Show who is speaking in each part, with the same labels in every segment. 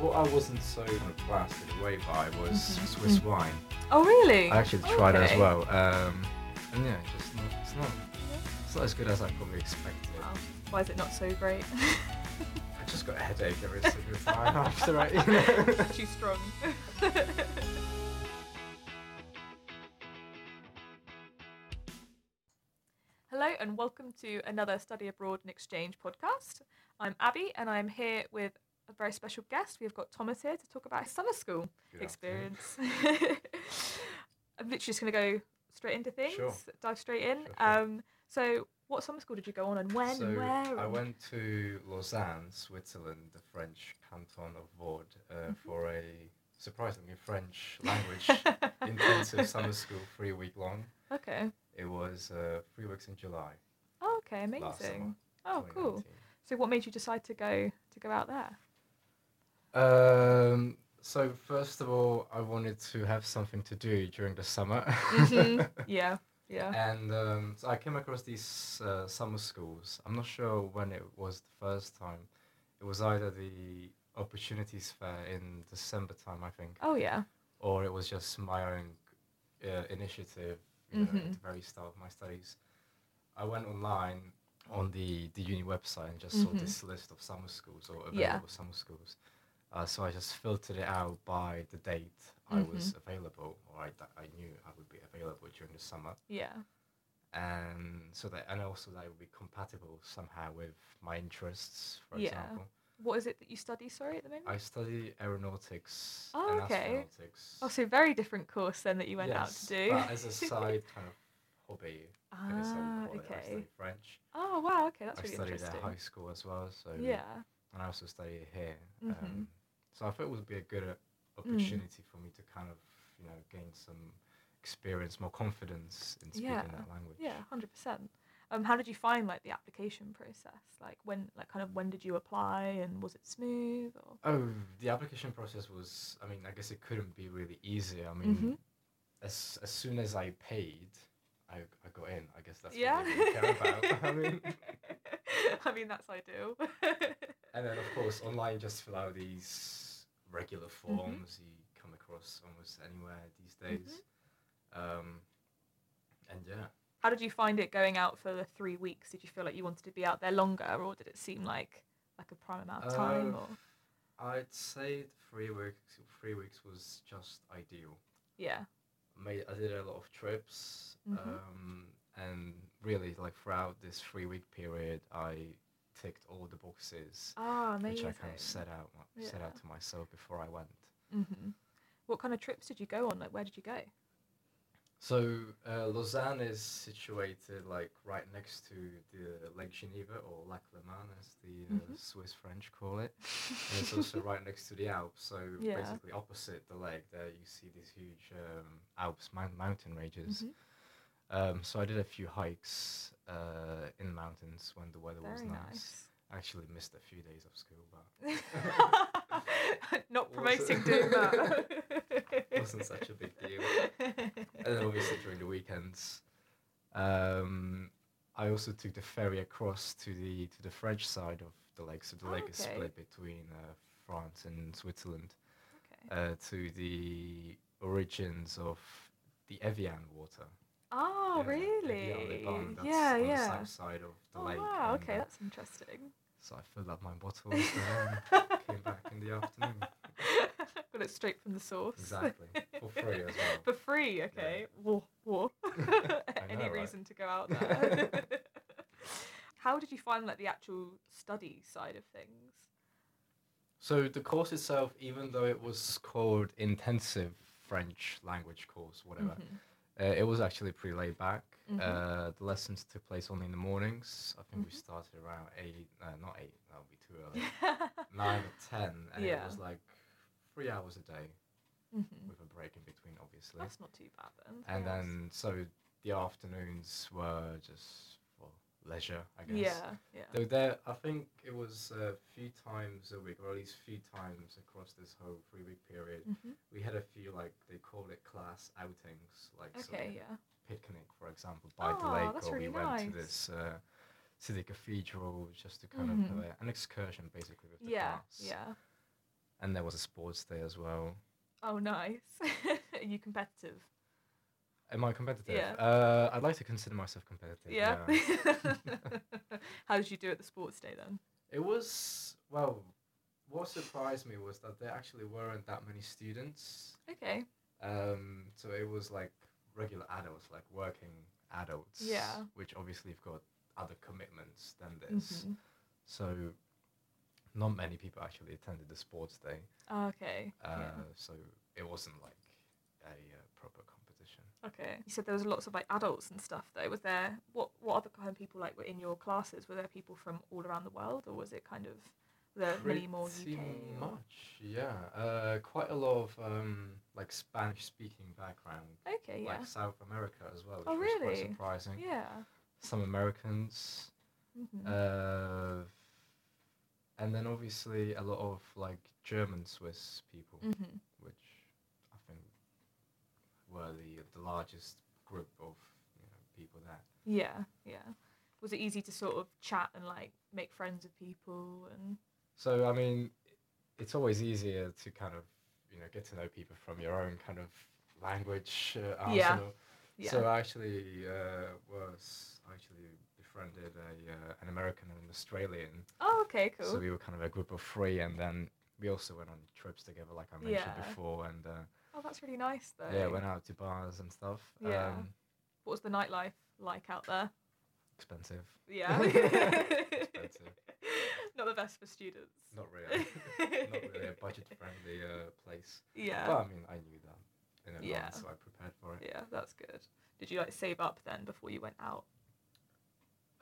Speaker 1: what I wasn't so kind of blasted away by was
Speaker 2: Mm-hmm,
Speaker 1: Swiss wine.
Speaker 2: Oh, really?
Speaker 1: I actually tried it as
Speaker 2: Okay.
Speaker 1: well. Um, and yeah, it's just not, it's not it's not as good as I probably expected.
Speaker 2: Wow. Why is it not so great?
Speaker 1: I just got a headache every single time after I, you know.
Speaker 2: Too strong. Hello and welcome to another Study Abroad and Exchange podcast. I'm Abby and I'm here with a very special guest. We've got Thomas here to talk about his summer school
Speaker 1: Good afternoon.
Speaker 2: experience. I'm literally just going to go straight into things,
Speaker 1: Sure.
Speaker 2: dive straight in.
Speaker 1: Sure, sure.
Speaker 2: Um, so, what summer school did you go on and when
Speaker 1: so
Speaker 2: and where?
Speaker 1: I
Speaker 2: and-
Speaker 1: went to Lausanne, Switzerland, the French canton of Vaud, uh,
Speaker 2: Mm-hmm.
Speaker 1: for a surprisingly French language intensive summer school, three week long.
Speaker 2: Okay.
Speaker 1: It was uh, three weeks in July.
Speaker 2: Oh, okay, amazing.
Speaker 1: Last summer,
Speaker 2: oh, cool.
Speaker 1: 2019.
Speaker 2: So, what made you decide to go to go out there?
Speaker 1: Um, so first of all, I wanted to have something to do during the summer,
Speaker 2: Mhm. yeah, yeah.
Speaker 1: and um, so I came across these uh, summer schools. I'm not sure when it was the first time. It was either the opportunities fair in December time, I think,
Speaker 2: Oh, yeah.
Speaker 1: or it was just my own uh, initiative you know,
Speaker 2: Mhm.
Speaker 1: at the very start of my studies. I went online on the, the uni website and just
Speaker 2: Mhm.
Speaker 1: saw this list of summer schools or available
Speaker 2: Yeah.
Speaker 1: summer schools. Uh, so I just filtered it out by the date I was
Speaker 2: Mm-hmm.
Speaker 1: available or I, that I knew I would be available during the summer.
Speaker 2: Yeah.
Speaker 1: And so that, and also that it would be compatible somehow with my interests, for
Speaker 2: Yeah.
Speaker 1: example.
Speaker 2: What is it that you study, sorry, at the moment?
Speaker 1: I study aeronautics
Speaker 2: Oh,
Speaker 1: and
Speaker 2: okay.
Speaker 1: astronautics.
Speaker 2: Oh, so very different course then that you went out to
Speaker 1: Yes,
Speaker 2: do.
Speaker 1: But as a side kind of hobby, I guess I would call
Speaker 2: ah,
Speaker 1: it. I
Speaker 2: okay.
Speaker 1: studied French.
Speaker 2: Oh, wow, okay, that's
Speaker 1: I
Speaker 2: really
Speaker 1: studied
Speaker 2: interesting.
Speaker 1: at high school as well, so
Speaker 2: yeah.
Speaker 1: and I also studied it here.
Speaker 2: Mhm.
Speaker 1: Um, so I thought it would be a good
Speaker 2: Mm.
Speaker 1: uh, opportunity for me to kind of you know gain some experience, more confidence in speaking
Speaker 2: Yeah, uh,
Speaker 1: that language.
Speaker 2: Yeah, hundred percent. Um, how did you find like the application process? Like when, like kind of when did you apply, and was it smooth? Or
Speaker 1: Oh, the application process was. I mean, I guess it couldn't be really easy. I mean,
Speaker 2: Mhm.
Speaker 1: as as soon as I paid, I, I got in. I guess that's
Speaker 2: yeah,
Speaker 1: what they really care about. I mean,
Speaker 2: I mean, that's ideal.
Speaker 1: and then of course online, you just fill out these regular forms you come across almost anywhere these days. Um, and yeah,
Speaker 2: How did you find it going out for the three weeks? Did you feel like you wanted to be out there longer, or did it seem like like a prime amount of time?
Speaker 1: Uh,
Speaker 2: or
Speaker 1: I'd say three weeks. Three weeks was just ideal.
Speaker 2: yeah,
Speaker 1: Made I did a lot of trips,
Speaker 2: Mhm.
Speaker 1: um, and really like throughout this three week period, I ticked all the boxes
Speaker 2: ah, amazing.
Speaker 1: which I kind of set out my- set out to myself before I went.
Speaker 2: hmm What kind of trips did you go on? Like, where did you go?
Speaker 1: So uh, Lausanne is situated like right next to the Lake Geneva or Lac Le Mans, as the uh,
Speaker 2: Mhm.
Speaker 1: Swiss French call it. and it's also right next to the Alps. So
Speaker 2: Yeah.
Speaker 1: basically opposite the lake, there you see these huge um, Alps moun- mountain ranges.
Speaker 2: Mhm.
Speaker 1: Um, so I did a few hikes uh, in the mountains when the weather was
Speaker 2: Very
Speaker 1: nice.
Speaker 2: nice.
Speaker 1: I actually missed a few days of school, but
Speaker 2: Not
Speaker 1: Wasn't-
Speaker 2: promoting doing that.
Speaker 1: wasn't such a big deal. and then obviously during the weekends, um, I also took the ferry across to the to the French side of the lake. So the lake is
Speaker 2: Oh, Okay.
Speaker 1: split between uh, France and Switzerland.
Speaker 2: Okay. Ah,
Speaker 1: uh, to the origins of the Evian water.
Speaker 2: Oh,
Speaker 1: Yeah, Evian
Speaker 2: really?
Speaker 1: Le Ban, that's
Speaker 2: yeah,
Speaker 1: on
Speaker 2: yeah.
Speaker 1: the south side of the
Speaker 2: Oh,
Speaker 1: lake.
Speaker 2: wow.
Speaker 1: and,
Speaker 2: Okay,
Speaker 1: uh,
Speaker 2: that's interesting.
Speaker 1: so I filled up my bottles and came back in the afternoon.
Speaker 2: Got it straight from the source.
Speaker 1: Exactly. For free as well.
Speaker 2: For free, okay. War, war. Any
Speaker 1: know, right?
Speaker 2: reason to go out there. How did you find like the actual study side of things?
Speaker 1: So the course itself, even though it was called intensive French language course, whatever,
Speaker 2: Mhm.
Speaker 1: Uh, it was actually pretty laid back.
Speaker 2: Mhm.
Speaker 1: Uh, the lessons took place only in the mornings. I
Speaker 2: Mm-hmm.
Speaker 1: think we started around eight, uh, not eight, that would be too early, nine or ten, and
Speaker 2: Yeah.
Speaker 1: it was like three hours a day
Speaker 2: Mhm.
Speaker 1: with a break in between, obviously.
Speaker 2: That's not too bad then.
Speaker 1: and
Speaker 2: Yes.
Speaker 1: then so the afternoons were just for leisure, I guess.
Speaker 2: yeah, yeah.
Speaker 1: Though there, I think it was a few times a week, or at least few times across this whole three-week period,
Speaker 2: Mhm.
Speaker 1: we had a few like they call it class outings, like so
Speaker 2: Okay, yeah.
Speaker 1: picnic, for example, by the
Speaker 2: Ah,
Speaker 1: lake,
Speaker 2: that's
Speaker 1: or
Speaker 2: really
Speaker 1: we went
Speaker 2: nice.
Speaker 1: to this uh, to the cathedral just to kind
Speaker 2: Mhm.
Speaker 1: of uh, an excursion, basically, with the
Speaker 2: Yeah,
Speaker 1: class.
Speaker 2: yeah.
Speaker 1: and there was a sports day as well.
Speaker 2: Oh, nice. Are you competitive?
Speaker 1: Am I competitive?
Speaker 2: Yeah.
Speaker 1: Uh, I'd like to consider myself competitive.
Speaker 2: Yeah.
Speaker 1: uh,
Speaker 2: How did you do at the sports day then?
Speaker 1: It was well. What surprised me was that there actually weren't that many students.
Speaker 2: Okay.
Speaker 1: Um, so it was like regular adults, like working adults.
Speaker 2: Yeah.
Speaker 1: Which obviously have got other commitments than this.
Speaker 2: Mhm.
Speaker 1: So not many people actually attended the sports day.
Speaker 2: Mm-hmm. Okay.
Speaker 1: Uh,
Speaker 2: yeah.
Speaker 1: So it wasn't like a uh, proper competition.
Speaker 2: Okay. You said there was lots of like adults and stuff though. Was there what what other kind of people like were in your classes? Were there people from all around the world or was it kind of were there many more
Speaker 1: Pretty
Speaker 2: UK? or-
Speaker 1: much, yeah. Uh, quite a lot of um, like Spanish-speaking background,
Speaker 2: Okay, yeah.
Speaker 1: like South America as well, which
Speaker 2: Oh,
Speaker 1: was
Speaker 2: really?
Speaker 1: quite surprising.
Speaker 2: Yeah.
Speaker 1: Some Americans,
Speaker 2: hmm
Speaker 1: uh, and then obviously a lot of like German Swiss people,
Speaker 2: hmm
Speaker 1: which I think were the the largest group of you know, people there.
Speaker 2: Yeah, yeah. Was it easy to sort of chat and like make friends with people and
Speaker 1: So I mean, it's always easier to kind of you know get to know people from your own kind of language uh, arsenal.
Speaker 2: Yeah. yeah.
Speaker 1: So I actually uh, was I actually befriended a uh, an American and an Australian.
Speaker 2: oh, okay, cool.
Speaker 1: So we were kind of a group of three, and then we also went on trips together, like I mentioned
Speaker 2: Yeah.
Speaker 1: before, and uh,
Speaker 2: oh, that's really nice though.
Speaker 1: yeah, went out to bars and stuff.
Speaker 2: Yeah.
Speaker 1: Um,
Speaker 2: What was the nightlife like out there?
Speaker 1: expensive,
Speaker 2: Yeah.
Speaker 1: Expensive.
Speaker 2: Not the best for students.
Speaker 1: not really, not really a budget friendly uh, place.
Speaker 2: Yeah.
Speaker 1: But I mean, I knew that in advance,
Speaker 2: Yeah.
Speaker 1: so I prepared for it.
Speaker 2: Yeah, that's good. Did you like save up then before you went out?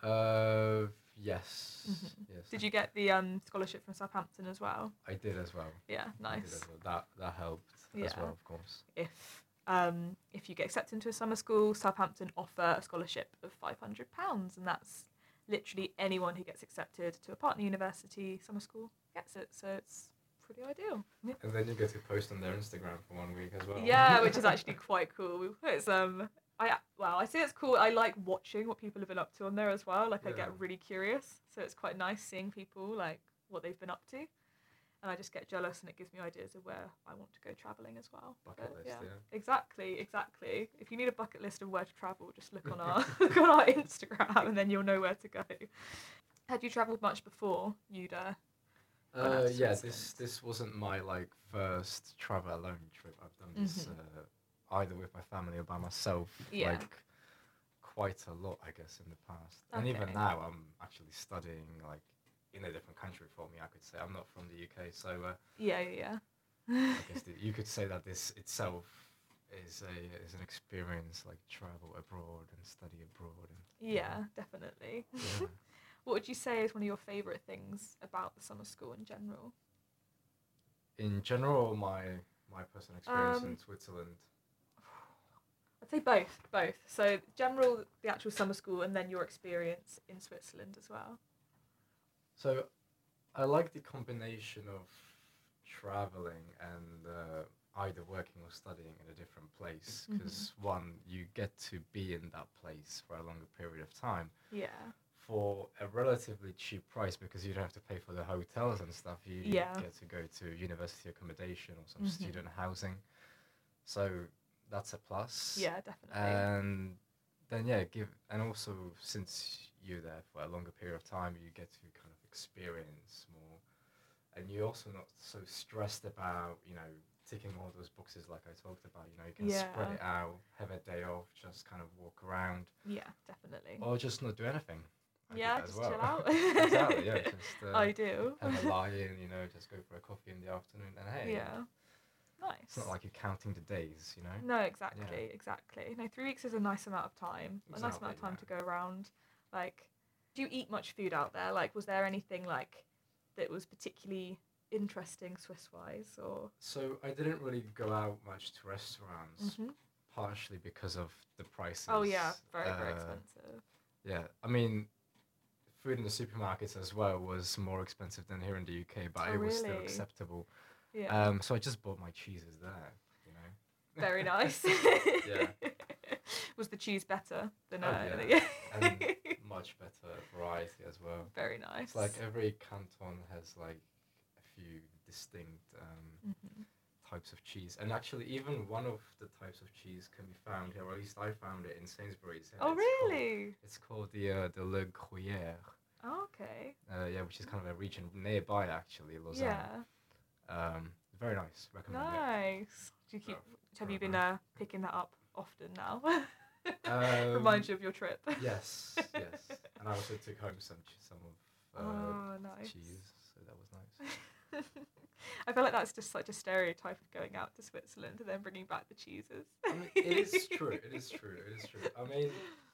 Speaker 1: Uh, yes.
Speaker 2: Mhm.
Speaker 1: Yes.
Speaker 2: Did you get the um scholarship from Southampton as well?
Speaker 1: I did as well.
Speaker 2: Yeah,
Speaker 1: I did
Speaker 2: nice.
Speaker 1: as well. That that helped as
Speaker 2: Yeah.
Speaker 1: well, of course.
Speaker 2: If um if you get accepted into a summer school, Southampton offer a scholarship of five hundred pounds, and that's literally anyone who gets accepted to a partner university summer school gets it. So it's pretty ideal. Yeah.
Speaker 1: And then you get to post on their Instagram for one week as well.
Speaker 2: Yeah, which is actually quite cool. It's um, I well, I say it's cool. I like watching what people have been up to on there as well. Like I
Speaker 1: Yeah.
Speaker 2: get really curious, so it's quite nice seeing people like what they've been up to, and I just get jealous, and it gives me ideas of where I want to go traveling as well.
Speaker 1: bucket
Speaker 2: But,
Speaker 1: list.
Speaker 2: yeah.
Speaker 1: Yeah.
Speaker 2: Exactly, exactly. If you need a bucket list of where to travel, just look on our look on our Instagram, and then you'll know where to go. Had you travelled much before you'd uh, Well,
Speaker 1: Uh,
Speaker 2: that's
Speaker 1: yeah.
Speaker 2: just
Speaker 1: This
Speaker 2: it.
Speaker 1: this wasn't my like first travel alone trip. I've done this
Speaker 2: Mhm.
Speaker 1: uh, either with my family or by myself.
Speaker 2: Yeah.
Speaker 1: Like quite a lot, I guess, in the past. And even
Speaker 2: Okay.
Speaker 1: now, I'm actually studying like in a different country for me. I could say I'm not from the UK, so. Uh,
Speaker 2: yeah, yeah, yeah.
Speaker 1: I guess that you could say that this itself is a is an experience like travel abroad and study abroad and
Speaker 2: yeah, definitely.
Speaker 1: yeah.
Speaker 2: What would you say is one of your favourite things about the summer school in general?
Speaker 1: in general my my personal experience
Speaker 2: Um,
Speaker 1: in Switzerland.
Speaker 2: I'd say both, both. So general, the actual summer school, and then your experience in Switzerland as well.
Speaker 1: So I like the combination of traveling and uh, either working or studying in a different place
Speaker 2: Mhm.
Speaker 1: because one you get to be in that place for a longer period of time
Speaker 2: Yeah,
Speaker 1: for a relatively cheap price because you don't have to pay for the hotels and stuff. You
Speaker 2: Yeah.
Speaker 1: get to go to university accommodation or some
Speaker 2: Mhm.
Speaker 1: student housing. So that's a plus.
Speaker 2: yeah, definitely.
Speaker 1: And then yeah, give and also since you're there for a longer period of time, you get to kind of experience more, and you're also not so stressed about you know ticking all those boxes like I talked about. You know, you can spread
Speaker 2: Yeah.
Speaker 1: it out, have a day off, just kind of walk around,
Speaker 2: yeah, definitely.
Speaker 1: or just not do anything. I did
Speaker 2: yeah,
Speaker 1: that as
Speaker 2: just
Speaker 1: well.
Speaker 2: chill out.
Speaker 1: exactly. Yeah. Just uh,
Speaker 2: I do.
Speaker 1: have a lie in, you know, just go for a coffee in the afternoon, and hey,
Speaker 2: Yeah, Mm. nice.
Speaker 1: it's not like you're counting the days, you know.
Speaker 2: No, exactly, exactly. No, three weeks is a nice amount of time. a nice amount
Speaker 1: Exactly,
Speaker 2: of time
Speaker 1: yeah.
Speaker 2: to go around. Like, do you eat much food out there? Like, was there anything like that was particularly interesting Swiss wise or?
Speaker 1: So I didn't really go out much to restaurants,
Speaker 2: Mhm.
Speaker 1: partially because of the prices.
Speaker 2: Oh yeah, very very
Speaker 1: Uh,
Speaker 2: expensive.
Speaker 1: Yeah, I mean, food in the supermarkets as well was more expensive than here in the UK, but
Speaker 2: Oh,
Speaker 1: it was still
Speaker 2: really?
Speaker 1: acceptable.
Speaker 2: Yeah,
Speaker 1: Um, so I just bought my cheeses there, you know.
Speaker 2: very nice.
Speaker 1: Yeah.
Speaker 2: Was the cheese better than?
Speaker 1: Oh,
Speaker 2: uh,
Speaker 1: yeah.
Speaker 2: yeah.
Speaker 1: and much better variety as well.
Speaker 2: very nice.
Speaker 1: It's like every canton has like a few distinct um,
Speaker 2: hmm
Speaker 1: types of cheese, and actually, even one of the types of cheese can be found here, or at least I found it in Sainsbury's. and
Speaker 2: Oh,
Speaker 1: it's called-
Speaker 2: really?
Speaker 1: it's called the uh, the Le Gruyere,
Speaker 2: Oh, okay.
Speaker 1: uh, yeah, which is kind of a region nearby actually, Lausanne.
Speaker 2: Yeah.
Speaker 1: Um, very nice. Recommend
Speaker 2: Nice. Do you keep?
Speaker 1: Oh,
Speaker 2: Have you
Speaker 1: very
Speaker 2: been
Speaker 1: nice.
Speaker 2: uh, picking that up often now?
Speaker 1: it. Um,
Speaker 2: Reminds you of your trip.
Speaker 1: Yes, yes. And I also took home some ch- some of uh,
Speaker 2: oh, nice.
Speaker 1: cheese, so that was nice.
Speaker 2: I feel like that's just such a stereotype of going out to Switzerland and then bringing back the cheeses.
Speaker 1: I mean, it is true. It is true. It is true. I mean,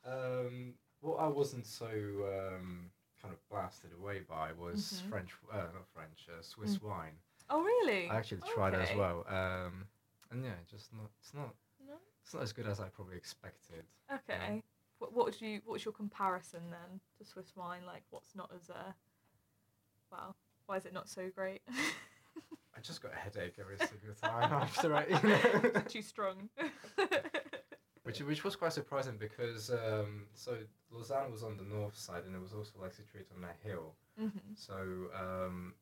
Speaker 1: um, what I wasn't so um, kind of blasted away by was
Speaker 2: Mhm.
Speaker 1: French, uh, not French, uh, Swiss wine.
Speaker 2: Oh, really?
Speaker 1: I actually tried it as
Speaker 2: Okay.
Speaker 1: well, um, and yeah, just not. It's not.
Speaker 2: No?
Speaker 1: It's not as good as I probably expected.
Speaker 2: Okay. What, what would you? What's your comparison then to Swiss wine? Like, what's not as uh, well? Why is it not so great?
Speaker 1: I just got a headache every single time after I, you know.
Speaker 2: Too strong.
Speaker 1: which which was quite surprising because um, so Lausanne was on the north side and it was also like situated on a hill.
Speaker 2: Mhm.
Speaker 1: So um,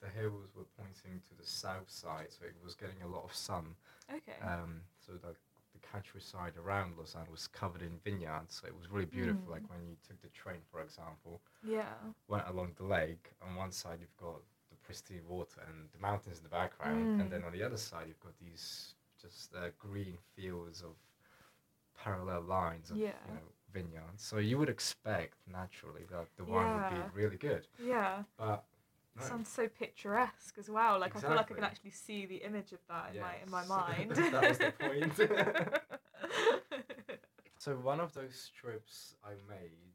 Speaker 1: the hills were pointing to the south side, so it was getting a lot of sun.
Speaker 2: Okay.
Speaker 1: Um, so the, the countryside around Lausanne was covered in vineyards, so it was really beautiful. Like when you took the train, for example,
Speaker 2: yeah.
Speaker 1: went along the lake. On one side, you've got the pristine water and the mountains in the background,
Speaker 2: Mm.
Speaker 1: and then on the other side, you've got these just uh, green fields of parallel lines of
Speaker 2: Yeah.
Speaker 1: you know, vineyards. So you would expect naturally that the wine
Speaker 2: Yeah.
Speaker 1: would be really good,
Speaker 2: Yeah.
Speaker 1: but no.
Speaker 2: Sounds so picturesque as well. Like I feel like I can
Speaker 1: Exactly.
Speaker 2: actually see the image of that in my in my
Speaker 1: Yes.
Speaker 2: mind.
Speaker 1: That was the point. So one of those trips I made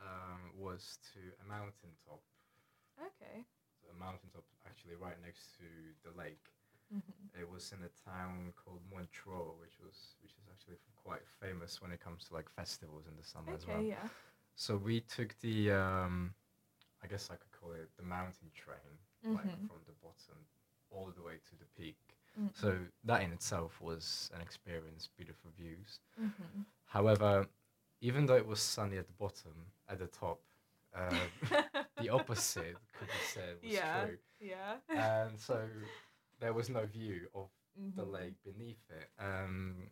Speaker 1: um, was to a mountaintop,
Speaker 2: okay.
Speaker 1: a mountaintop actually right next to the lake.
Speaker 2: Mhm.
Speaker 1: It was in a town called Montreux, which was which is actually f- quite famous when it comes to like festivals in the summer as well.
Speaker 2: Okay. Yeah.
Speaker 1: So we took the, um, I guess I could call it the mountain train, like
Speaker 2: Mhm.
Speaker 1: from the bottom all the way to the peak.
Speaker 2: Mm.
Speaker 1: So that in itself was an experience, beautiful views.
Speaker 2: Mhm.
Speaker 1: However, even though it was sunny at the bottom, at the top, uh, the opposite Uh, could be said was
Speaker 2: Yeah.
Speaker 1: true.
Speaker 2: yeah.
Speaker 1: And so there was no view of the
Speaker 2: Mhm.
Speaker 1: lake beneath it. Um,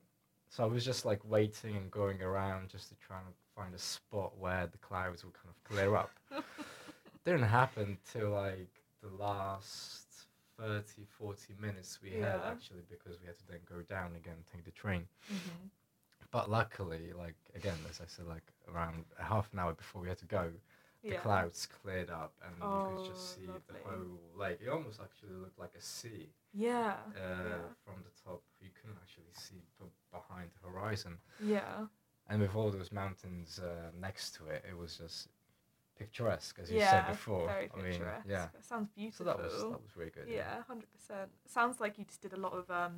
Speaker 1: so I was just like waiting and going around just to try and find a spot where the clouds would kind of clear up.
Speaker 2: Mm-hmm.
Speaker 1: Didn't happen till like the last 30, 40 minutes we had
Speaker 2: Yeah.
Speaker 1: actually because we had to then go down again and take the train.
Speaker 2: Mhm.
Speaker 1: But luckily, like again, as I said, like around a half an hour before we had to go, the
Speaker 2: Yeah.
Speaker 1: clouds cleared up and you could
Speaker 2: Oh,
Speaker 1: just see
Speaker 2: lovely.
Speaker 1: the whole lake. It almost actually looked like a sea
Speaker 2: Yeah.
Speaker 1: uh,
Speaker 2: Yeah.
Speaker 1: from the top. You couldn't actually see b- behind the horizon.
Speaker 2: Yeah.
Speaker 1: And with all those mountains uh, next to it, it was just picturesque, as you
Speaker 2: yeah.
Speaker 1: said before.
Speaker 2: Very
Speaker 1: I mean,
Speaker 2: picturesque.
Speaker 1: yeah.
Speaker 2: That sounds
Speaker 1: So
Speaker 2: beautiful.
Speaker 1: that was that was really good.
Speaker 2: yeah, hundred percent. Sounds like you just did a lot of um,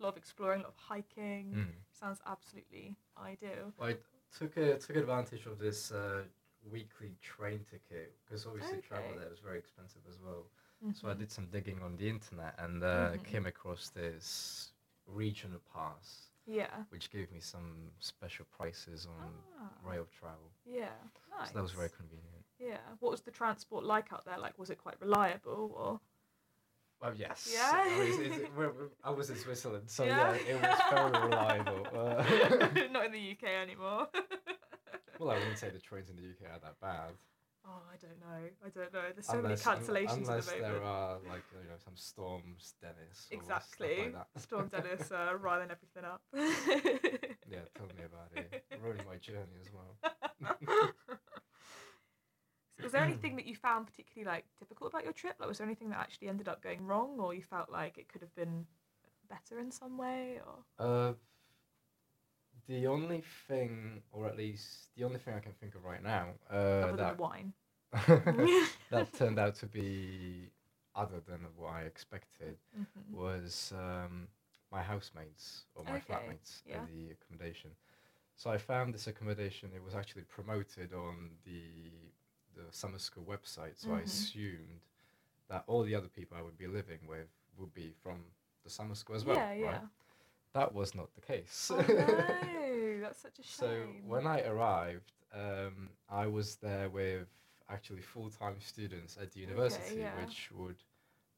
Speaker 2: a lot of exploring, a lot of hiking.
Speaker 1: Mm.
Speaker 2: Sounds absolutely ideal.
Speaker 1: I took a, took advantage of this uh, weekly train ticket because obviously travel
Speaker 2: Okay.
Speaker 1: there was very expensive as well. So I
Speaker 2: Mhm.
Speaker 1: did some digging on the internet and uh,
Speaker 2: Mhm.
Speaker 1: came across this regional pass,
Speaker 2: Yeah.
Speaker 1: which gave me some special prices on
Speaker 2: Ah,
Speaker 1: rail travel.
Speaker 2: Yeah. Nice.
Speaker 1: Um, So that was very convenient.
Speaker 2: Yeah. What was the transport like out there? Like, was it quite reliable or?
Speaker 1: Well, yes.
Speaker 2: Yeah.
Speaker 1: I was, it- we're- we're- I was in Switzerland, so
Speaker 2: Yeah.
Speaker 1: yeah, it was very reliable. Uh,
Speaker 2: Not in the UK anymore.
Speaker 1: well, I wouldn't say the trains in the UK are that bad.
Speaker 2: oh, I don't know. I don't know. There's so
Speaker 1: un-
Speaker 2: many cancellations
Speaker 1: unless
Speaker 2: at the
Speaker 1: there
Speaker 2: moment.
Speaker 1: are like you know some storms, Dennis. or
Speaker 2: exactly.
Speaker 1: Stuff like that.
Speaker 2: Storm Dennis uh, riling everything up.
Speaker 1: yeah, tell me about it. Ruined my journey as well.
Speaker 2: was
Speaker 1: Mm.
Speaker 2: there anything that you found particularly like difficult about your trip? Like, was there anything that actually ended up going wrong, or you felt like it could have been better in some way? Or
Speaker 1: Uh, the only thing, or at least the only thing I can think of right now, uh,
Speaker 2: other than
Speaker 1: that
Speaker 2: the wine?
Speaker 1: that turned out to be other than what I expected
Speaker 2: Mhm.
Speaker 1: was um, my housemates or my
Speaker 2: Okay,
Speaker 1: flatmates
Speaker 2: yeah.
Speaker 1: in the accommodation. So I found this accommodation. It was actually promoted on the the summer school website. So I
Speaker 2: Mhm.
Speaker 1: assumed that all the other people I would be living with would be from the summer school as well.
Speaker 2: yeah,
Speaker 1: right?
Speaker 2: yeah.
Speaker 1: That was not the case.
Speaker 2: Oh no, that's such a shame.
Speaker 1: So when I arrived, um, I was there with actually full time students at the university,
Speaker 2: yeah.
Speaker 1: which would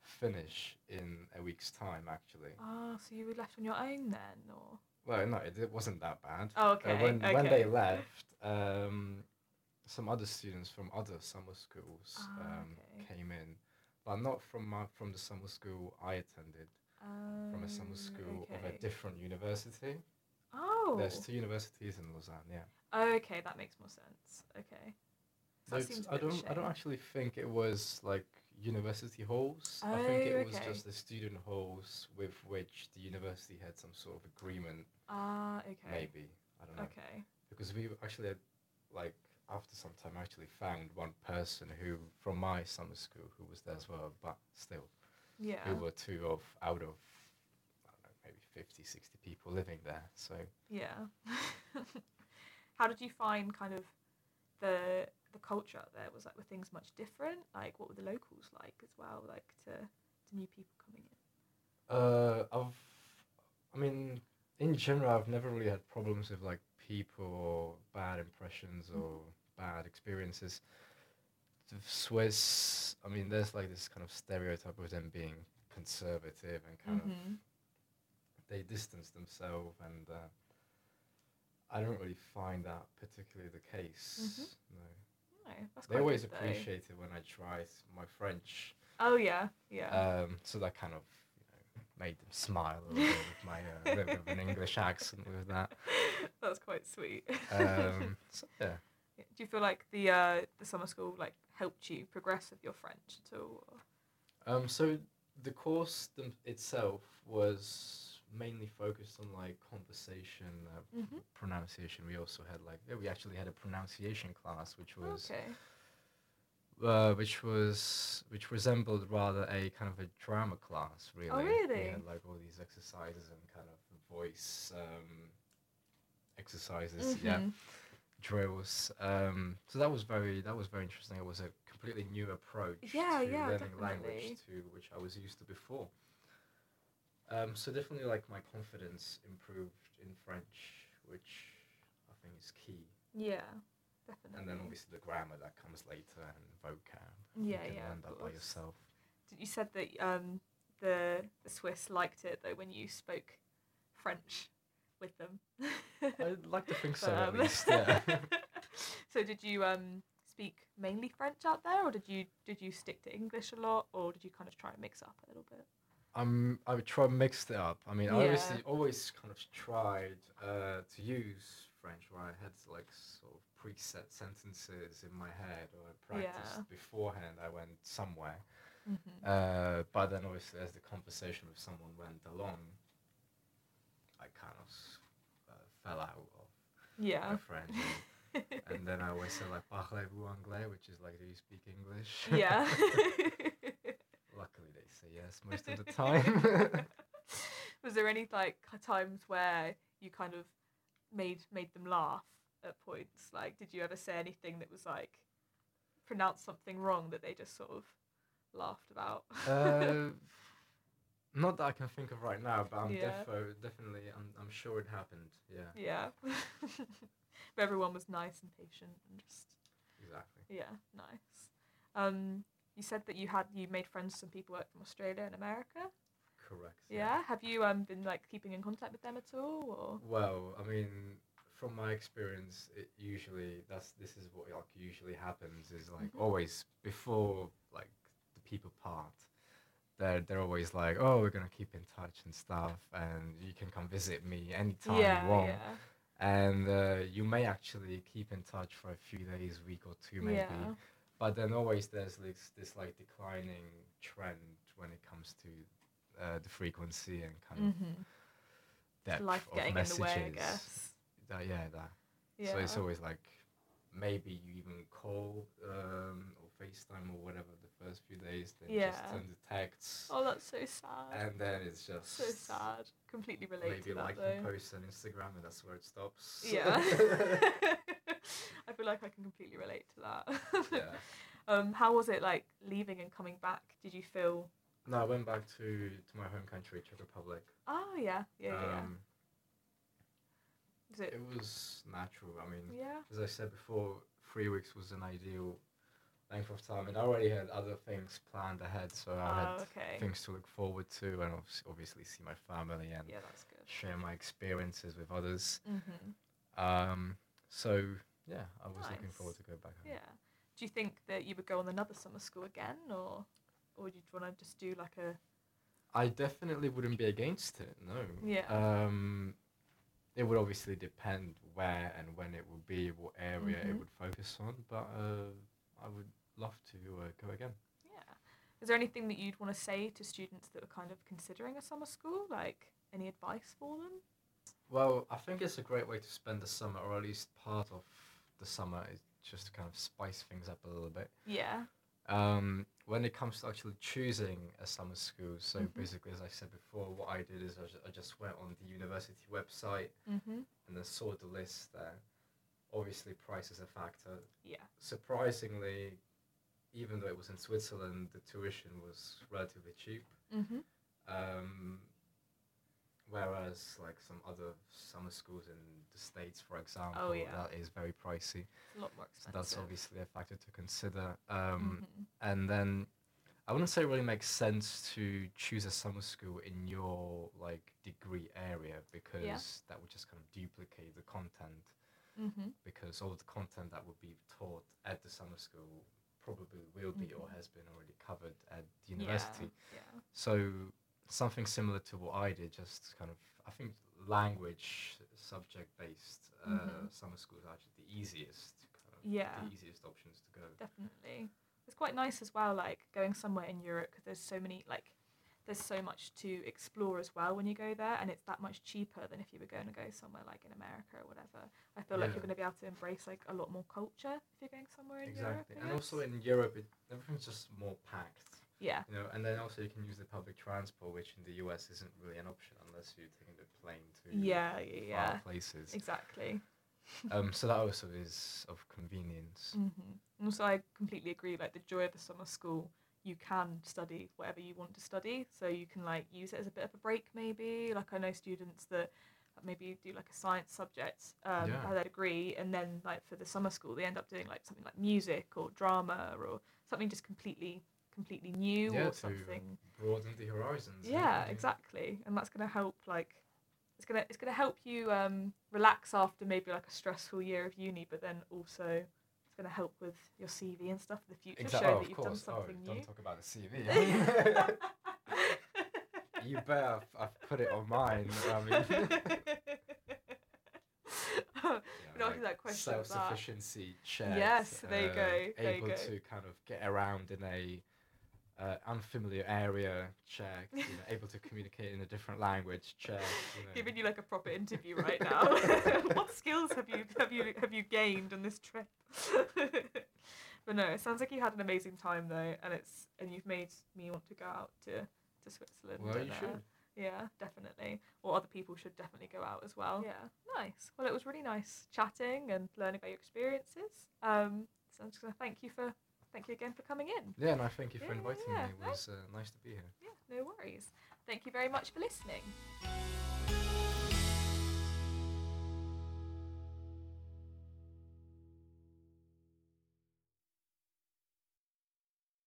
Speaker 1: finish in a week's time, actually.
Speaker 2: Ah, so you were left on your own then, or?
Speaker 1: Well, no, it, it wasn't that bad.
Speaker 2: Oh,
Speaker 1: Uh,
Speaker 2: okay.
Speaker 1: when,
Speaker 2: okay.
Speaker 1: when they left, um, some other students from other summer schools
Speaker 2: Ah,
Speaker 1: um,
Speaker 2: okay.
Speaker 1: came in, but not from my, from the summer school I attended, from a summer
Speaker 2: Oh,
Speaker 1: school of
Speaker 2: okay.
Speaker 1: a different university.
Speaker 2: Oh.
Speaker 1: There's two universities in Lausanne. Yeah,
Speaker 2: Okay, that makes more sense. Okay. So that
Speaker 1: Though
Speaker 2: seems a
Speaker 1: I
Speaker 2: bit of a
Speaker 1: don't. I don't
Speaker 2: shame.
Speaker 1: actually think it was like university halls. I think
Speaker 2: Oh,
Speaker 1: it was
Speaker 2: okay.
Speaker 1: just the student halls with which the university had some sort of agreement.
Speaker 2: Ah, okay.
Speaker 1: Maybe I don't know.
Speaker 2: Okay.
Speaker 1: because we actually had, like after some time actually found one person who from my summer school who was there as well but still
Speaker 2: Yeah.
Speaker 1: we were two of out of I don't know, maybe 50 60 people living there so
Speaker 2: Yeah. How did you find kind of the the culture out there? Was like were things much different? Like what were the locals like as well? Like to, to new people coming in?
Speaker 1: uh i've i mean in general i've never really had problems with like people or bad impressions or bad experiences the swiss i mean there's like this kind of stereotype of them being conservative and kind of they distance themselves and uh, I don't really find that particularly the case. No.
Speaker 2: No, that's
Speaker 1: They
Speaker 2: Mm-hmm. quite
Speaker 1: always
Speaker 2: good though.
Speaker 1: appreciate it when I tried my French.
Speaker 2: Oh yeah, yeah.
Speaker 1: Um, so that kind of you know, made them smile a little bit with my uh, little bit of an English accent with that.
Speaker 2: that's quite sweet.
Speaker 1: Um, so yeah.
Speaker 2: Do you feel like the uh, the summer school like helped you progress with your French at all? or-
Speaker 1: Um, so the course them- itself was mainly focused on like conversation, uh,
Speaker 2: Mhm.
Speaker 1: pronunciation. We also had like yeah, we actually had a pronunciation class, which was
Speaker 2: Okay.
Speaker 1: uh, which was which resembled rather a kind of a drama class, really. We
Speaker 2: Oh, really?
Speaker 1: had like all these exercises and kind of voice um, exercises, yeah,
Speaker 2: Mhm.
Speaker 1: drills. Um, so that was very that was very interesting. It was a completely new approach
Speaker 2: Yeah,
Speaker 1: to
Speaker 2: yeah,
Speaker 1: learning
Speaker 2: definitely.
Speaker 1: language to which I was used to before. Um, so definitely, like my confidence improved in French, which I think is key.
Speaker 2: Yeah, definitely.
Speaker 1: And then obviously the grammar that comes later and vocab.
Speaker 2: yeah,
Speaker 1: you can
Speaker 2: yeah.
Speaker 1: learn
Speaker 2: of
Speaker 1: that by
Speaker 2: course.
Speaker 1: yourself.
Speaker 2: Did- You said that um, the the Swiss liked it though when you spoke French with them.
Speaker 1: I'd like to think so,
Speaker 2: But,
Speaker 1: at
Speaker 2: um,
Speaker 1: least. Yeah.
Speaker 2: so did you um, speak mainly French out there, or did you did you stick to English a lot, or did you kind of try and mix up a little bit?
Speaker 1: I'm, I would try and mix it up. I mean, I obviously
Speaker 2: Yeah.
Speaker 1: always kind of tried uh, to use French where I had like sort of preset sentences in my head or I practiced
Speaker 2: Yeah.
Speaker 1: beforehand. I went somewhere.
Speaker 2: Mm-hmm.
Speaker 1: Uh, but then obviously as the conversation with someone went along, I kind of s- uh, fell out of
Speaker 2: Yeah.
Speaker 1: my French. and- and then I always say like, parlez-vous anglais, which is like, do you speak English?
Speaker 2: yeah.
Speaker 1: Luckily, they say yes most of the time.
Speaker 2: Was there any like times where you kind of made made them laugh at points? Like, did you ever say anything that was like pronounced something wrong that they just sort of laughed about?
Speaker 1: uh, not that I can think of right now, but I'm
Speaker 2: Yeah.
Speaker 1: defo, definitely, I'm, I'm sure it happened. Yeah,
Speaker 2: yeah. but everyone was nice and patient and just
Speaker 1: exactly.
Speaker 2: yeah, nice. Um, you said that you had you made friends with some people out from Australia and America.
Speaker 1: Correct.
Speaker 2: Yeah. Have you um been like keeping in contact with them at all or?
Speaker 1: Well, I mean, from my experience, it usually that's this is what like usually happens is like
Speaker 2: Mhm.
Speaker 1: always before like the people part. They're, they're always like, oh, we're gonna keep in touch and stuff, and you can come visit me anytime
Speaker 2: yeah,
Speaker 1: you want.
Speaker 2: yeah.
Speaker 1: and uh, you may actually keep in touch for a few days, week or two maybe.
Speaker 2: Yeah.
Speaker 1: But then always there's this, this like declining trend when it comes to uh, the frequency and kind of
Speaker 2: Mm-hmm.
Speaker 1: depth
Speaker 2: life
Speaker 1: of
Speaker 2: getting
Speaker 1: messages.
Speaker 2: in the way, I guess.
Speaker 1: That, yeah, that.
Speaker 2: Yeah.
Speaker 1: So it's always like maybe you even call um, or FaceTime or whatever the first few days, then just
Speaker 2: Yeah.
Speaker 1: turn to texts,
Speaker 2: oh, that's so sad.
Speaker 1: and then it's just
Speaker 2: so sad. Completely relate
Speaker 1: Maybe
Speaker 2: to that
Speaker 1: like you
Speaker 2: though.
Speaker 1: post on Instagram and that's where it stops.
Speaker 2: Yeah. I feel like I can completely relate to that.
Speaker 1: yeah.
Speaker 2: um, how was it like leaving and coming back? Did you feel?
Speaker 1: No, I went back to, to my home country, Czech Republic.
Speaker 2: Oh yeah, yeah, yeah. yeah.
Speaker 1: Um,
Speaker 2: Was it?
Speaker 1: it was natural. I mean,
Speaker 2: Yeah.
Speaker 1: as I said before, three weeks was an ideal length of time, and I already had other things planned ahead, so I had
Speaker 2: Oh, okay.
Speaker 1: things to look forward to, and obs- obviously see my family and
Speaker 2: Yeah, that's good.
Speaker 1: share my experiences with others.
Speaker 2: Mm-hmm.
Speaker 1: Um, so yeah, I was looking forward
Speaker 2: Nice.
Speaker 1: to go back home.
Speaker 2: Yeah. Do you think that you would go on another summer school again, or or do you want to just do like a
Speaker 1: I definitely wouldn't be against it. No.
Speaker 2: Yeah.
Speaker 1: Um, it would obviously depend where and when it would be, what area it
Speaker 2: Mhm.
Speaker 1: would focus on, but uh, I would love to uh, go again.
Speaker 2: yeah? Is there anything that you'd want to say to students that are kind of considering a summer school? Like any advice for them?
Speaker 1: Well, I think it's a great way to spend the summer, or at least part of the summer, is just to kind of spice things up a little bit.
Speaker 2: Yeah.
Speaker 1: Um, when it comes to actually choosing a summer school, so
Speaker 2: Mhm.
Speaker 1: basically, as I said before, what I did is I ju- I just went on the university website
Speaker 2: Mm-hmm.
Speaker 1: and then saw the list there. Obviously, price is a factor.
Speaker 2: Yeah.
Speaker 1: Surprisingly, even though it was in Switzerland, the tuition was relatively cheap.
Speaker 2: Mm-hmm.
Speaker 1: Um, whereas, like some other summer schools in the States, for example,
Speaker 2: yeah.
Speaker 1: that is very pricey.
Speaker 2: It's a lot more
Speaker 1: So
Speaker 2: expensive.
Speaker 1: that's obviously a factor to consider. Um,
Speaker 2: Mhm.
Speaker 1: And then I wouldn't say it really makes sense to choose a summer school in your like degree area because that would just kind of duplicate the content
Speaker 2: Mhm.
Speaker 1: because all the content that will be taught at the summer school probably will be or
Speaker 2: Mhm.
Speaker 1: has been already covered at the
Speaker 2: Yeah,
Speaker 1: university.
Speaker 2: Yeah.
Speaker 1: So something similar to what I did, just kind of I think language subject based uh,
Speaker 2: Mhm.
Speaker 1: summer schools are actually the easiest, kind of
Speaker 2: Yeah.
Speaker 1: the easiest options to go.
Speaker 2: Definitely. It's quite nice as well, like going somewhere in Europe because there's so many like. There's so much to explore as well when you go there, and it's that much cheaper than if you were going to go somewhere like in America or whatever. I feel like
Speaker 1: Yeah.
Speaker 2: you're going to be able to embrace like a lot more culture if you're going somewhere in Europe.
Speaker 1: Exactly,
Speaker 2: I
Speaker 1: and also
Speaker 2: guess.
Speaker 1: in Europe, it, everything's just more packed,
Speaker 2: yeah,
Speaker 1: you know. And then also you can use the public transport, which in the US isn't really an option unless you're taking the plane to
Speaker 2: yeah,
Speaker 1: far
Speaker 2: yeah, yeah,
Speaker 1: places.
Speaker 2: exactly.
Speaker 1: um, so that also is of convenience.
Speaker 2: hmm And also, I completely agree. Like the joy of a summer school, you can study whatever you want to study. So you can like use it as a bit of a break, maybe. Like I know students that maybe do like a science subject um,
Speaker 1: Yeah.
Speaker 2: at their degree, and then like for the summer school, they end up doing like something like music or drama or something just completely, completely new
Speaker 1: Yeah,
Speaker 2: or
Speaker 1: to-
Speaker 2: something.
Speaker 1: Broaden the horizons. eh?
Speaker 2: Yeah, exactly. And that's gonna help like. It's gonna, it's gonna help you um, relax after maybe like a stressful year of uni, but then also it's gonna help with your CV and stuff for the future,
Speaker 1: Exactly.
Speaker 2: show
Speaker 1: Oh,
Speaker 2: that
Speaker 1: of
Speaker 2: you've done
Speaker 1: course. Oh,
Speaker 2: something
Speaker 1: don't
Speaker 2: new.
Speaker 1: talk about the CV. you bet I've, I've put it on mine. I mean,
Speaker 2: We don't have to that question about-
Speaker 1: Self-sufficiency check. uh,
Speaker 2: Yes, there you go, there you
Speaker 1: able
Speaker 2: go.
Speaker 1: to kind of get around in a uh, unfamiliar area. Check. You know, able to communicate in a different language. Check. You know.
Speaker 2: Giving you like a proper interview right now. what skills have you have you have you gained on this trip? but no, it sounds like you had an amazing time though, and it's and you've made me want to go out to to Switzerland.
Speaker 1: well,
Speaker 2: and,
Speaker 1: you
Speaker 2: uh,
Speaker 1: should.
Speaker 2: Yeah, definitely. Or other people should definitely go out as well. Yeah, nice. Well, it was really nice chatting and learning about your experiences. Um, so I'm just gonna thank you for thank you again for coming in.
Speaker 1: Yeah, and I thank you for
Speaker 2: Yeah,
Speaker 1: inviting
Speaker 2: yeah,
Speaker 1: me. It
Speaker 2: no.
Speaker 1: was uh, nice to be here.
Speaker 2: Yeah, no worries. Thank you very much for listening.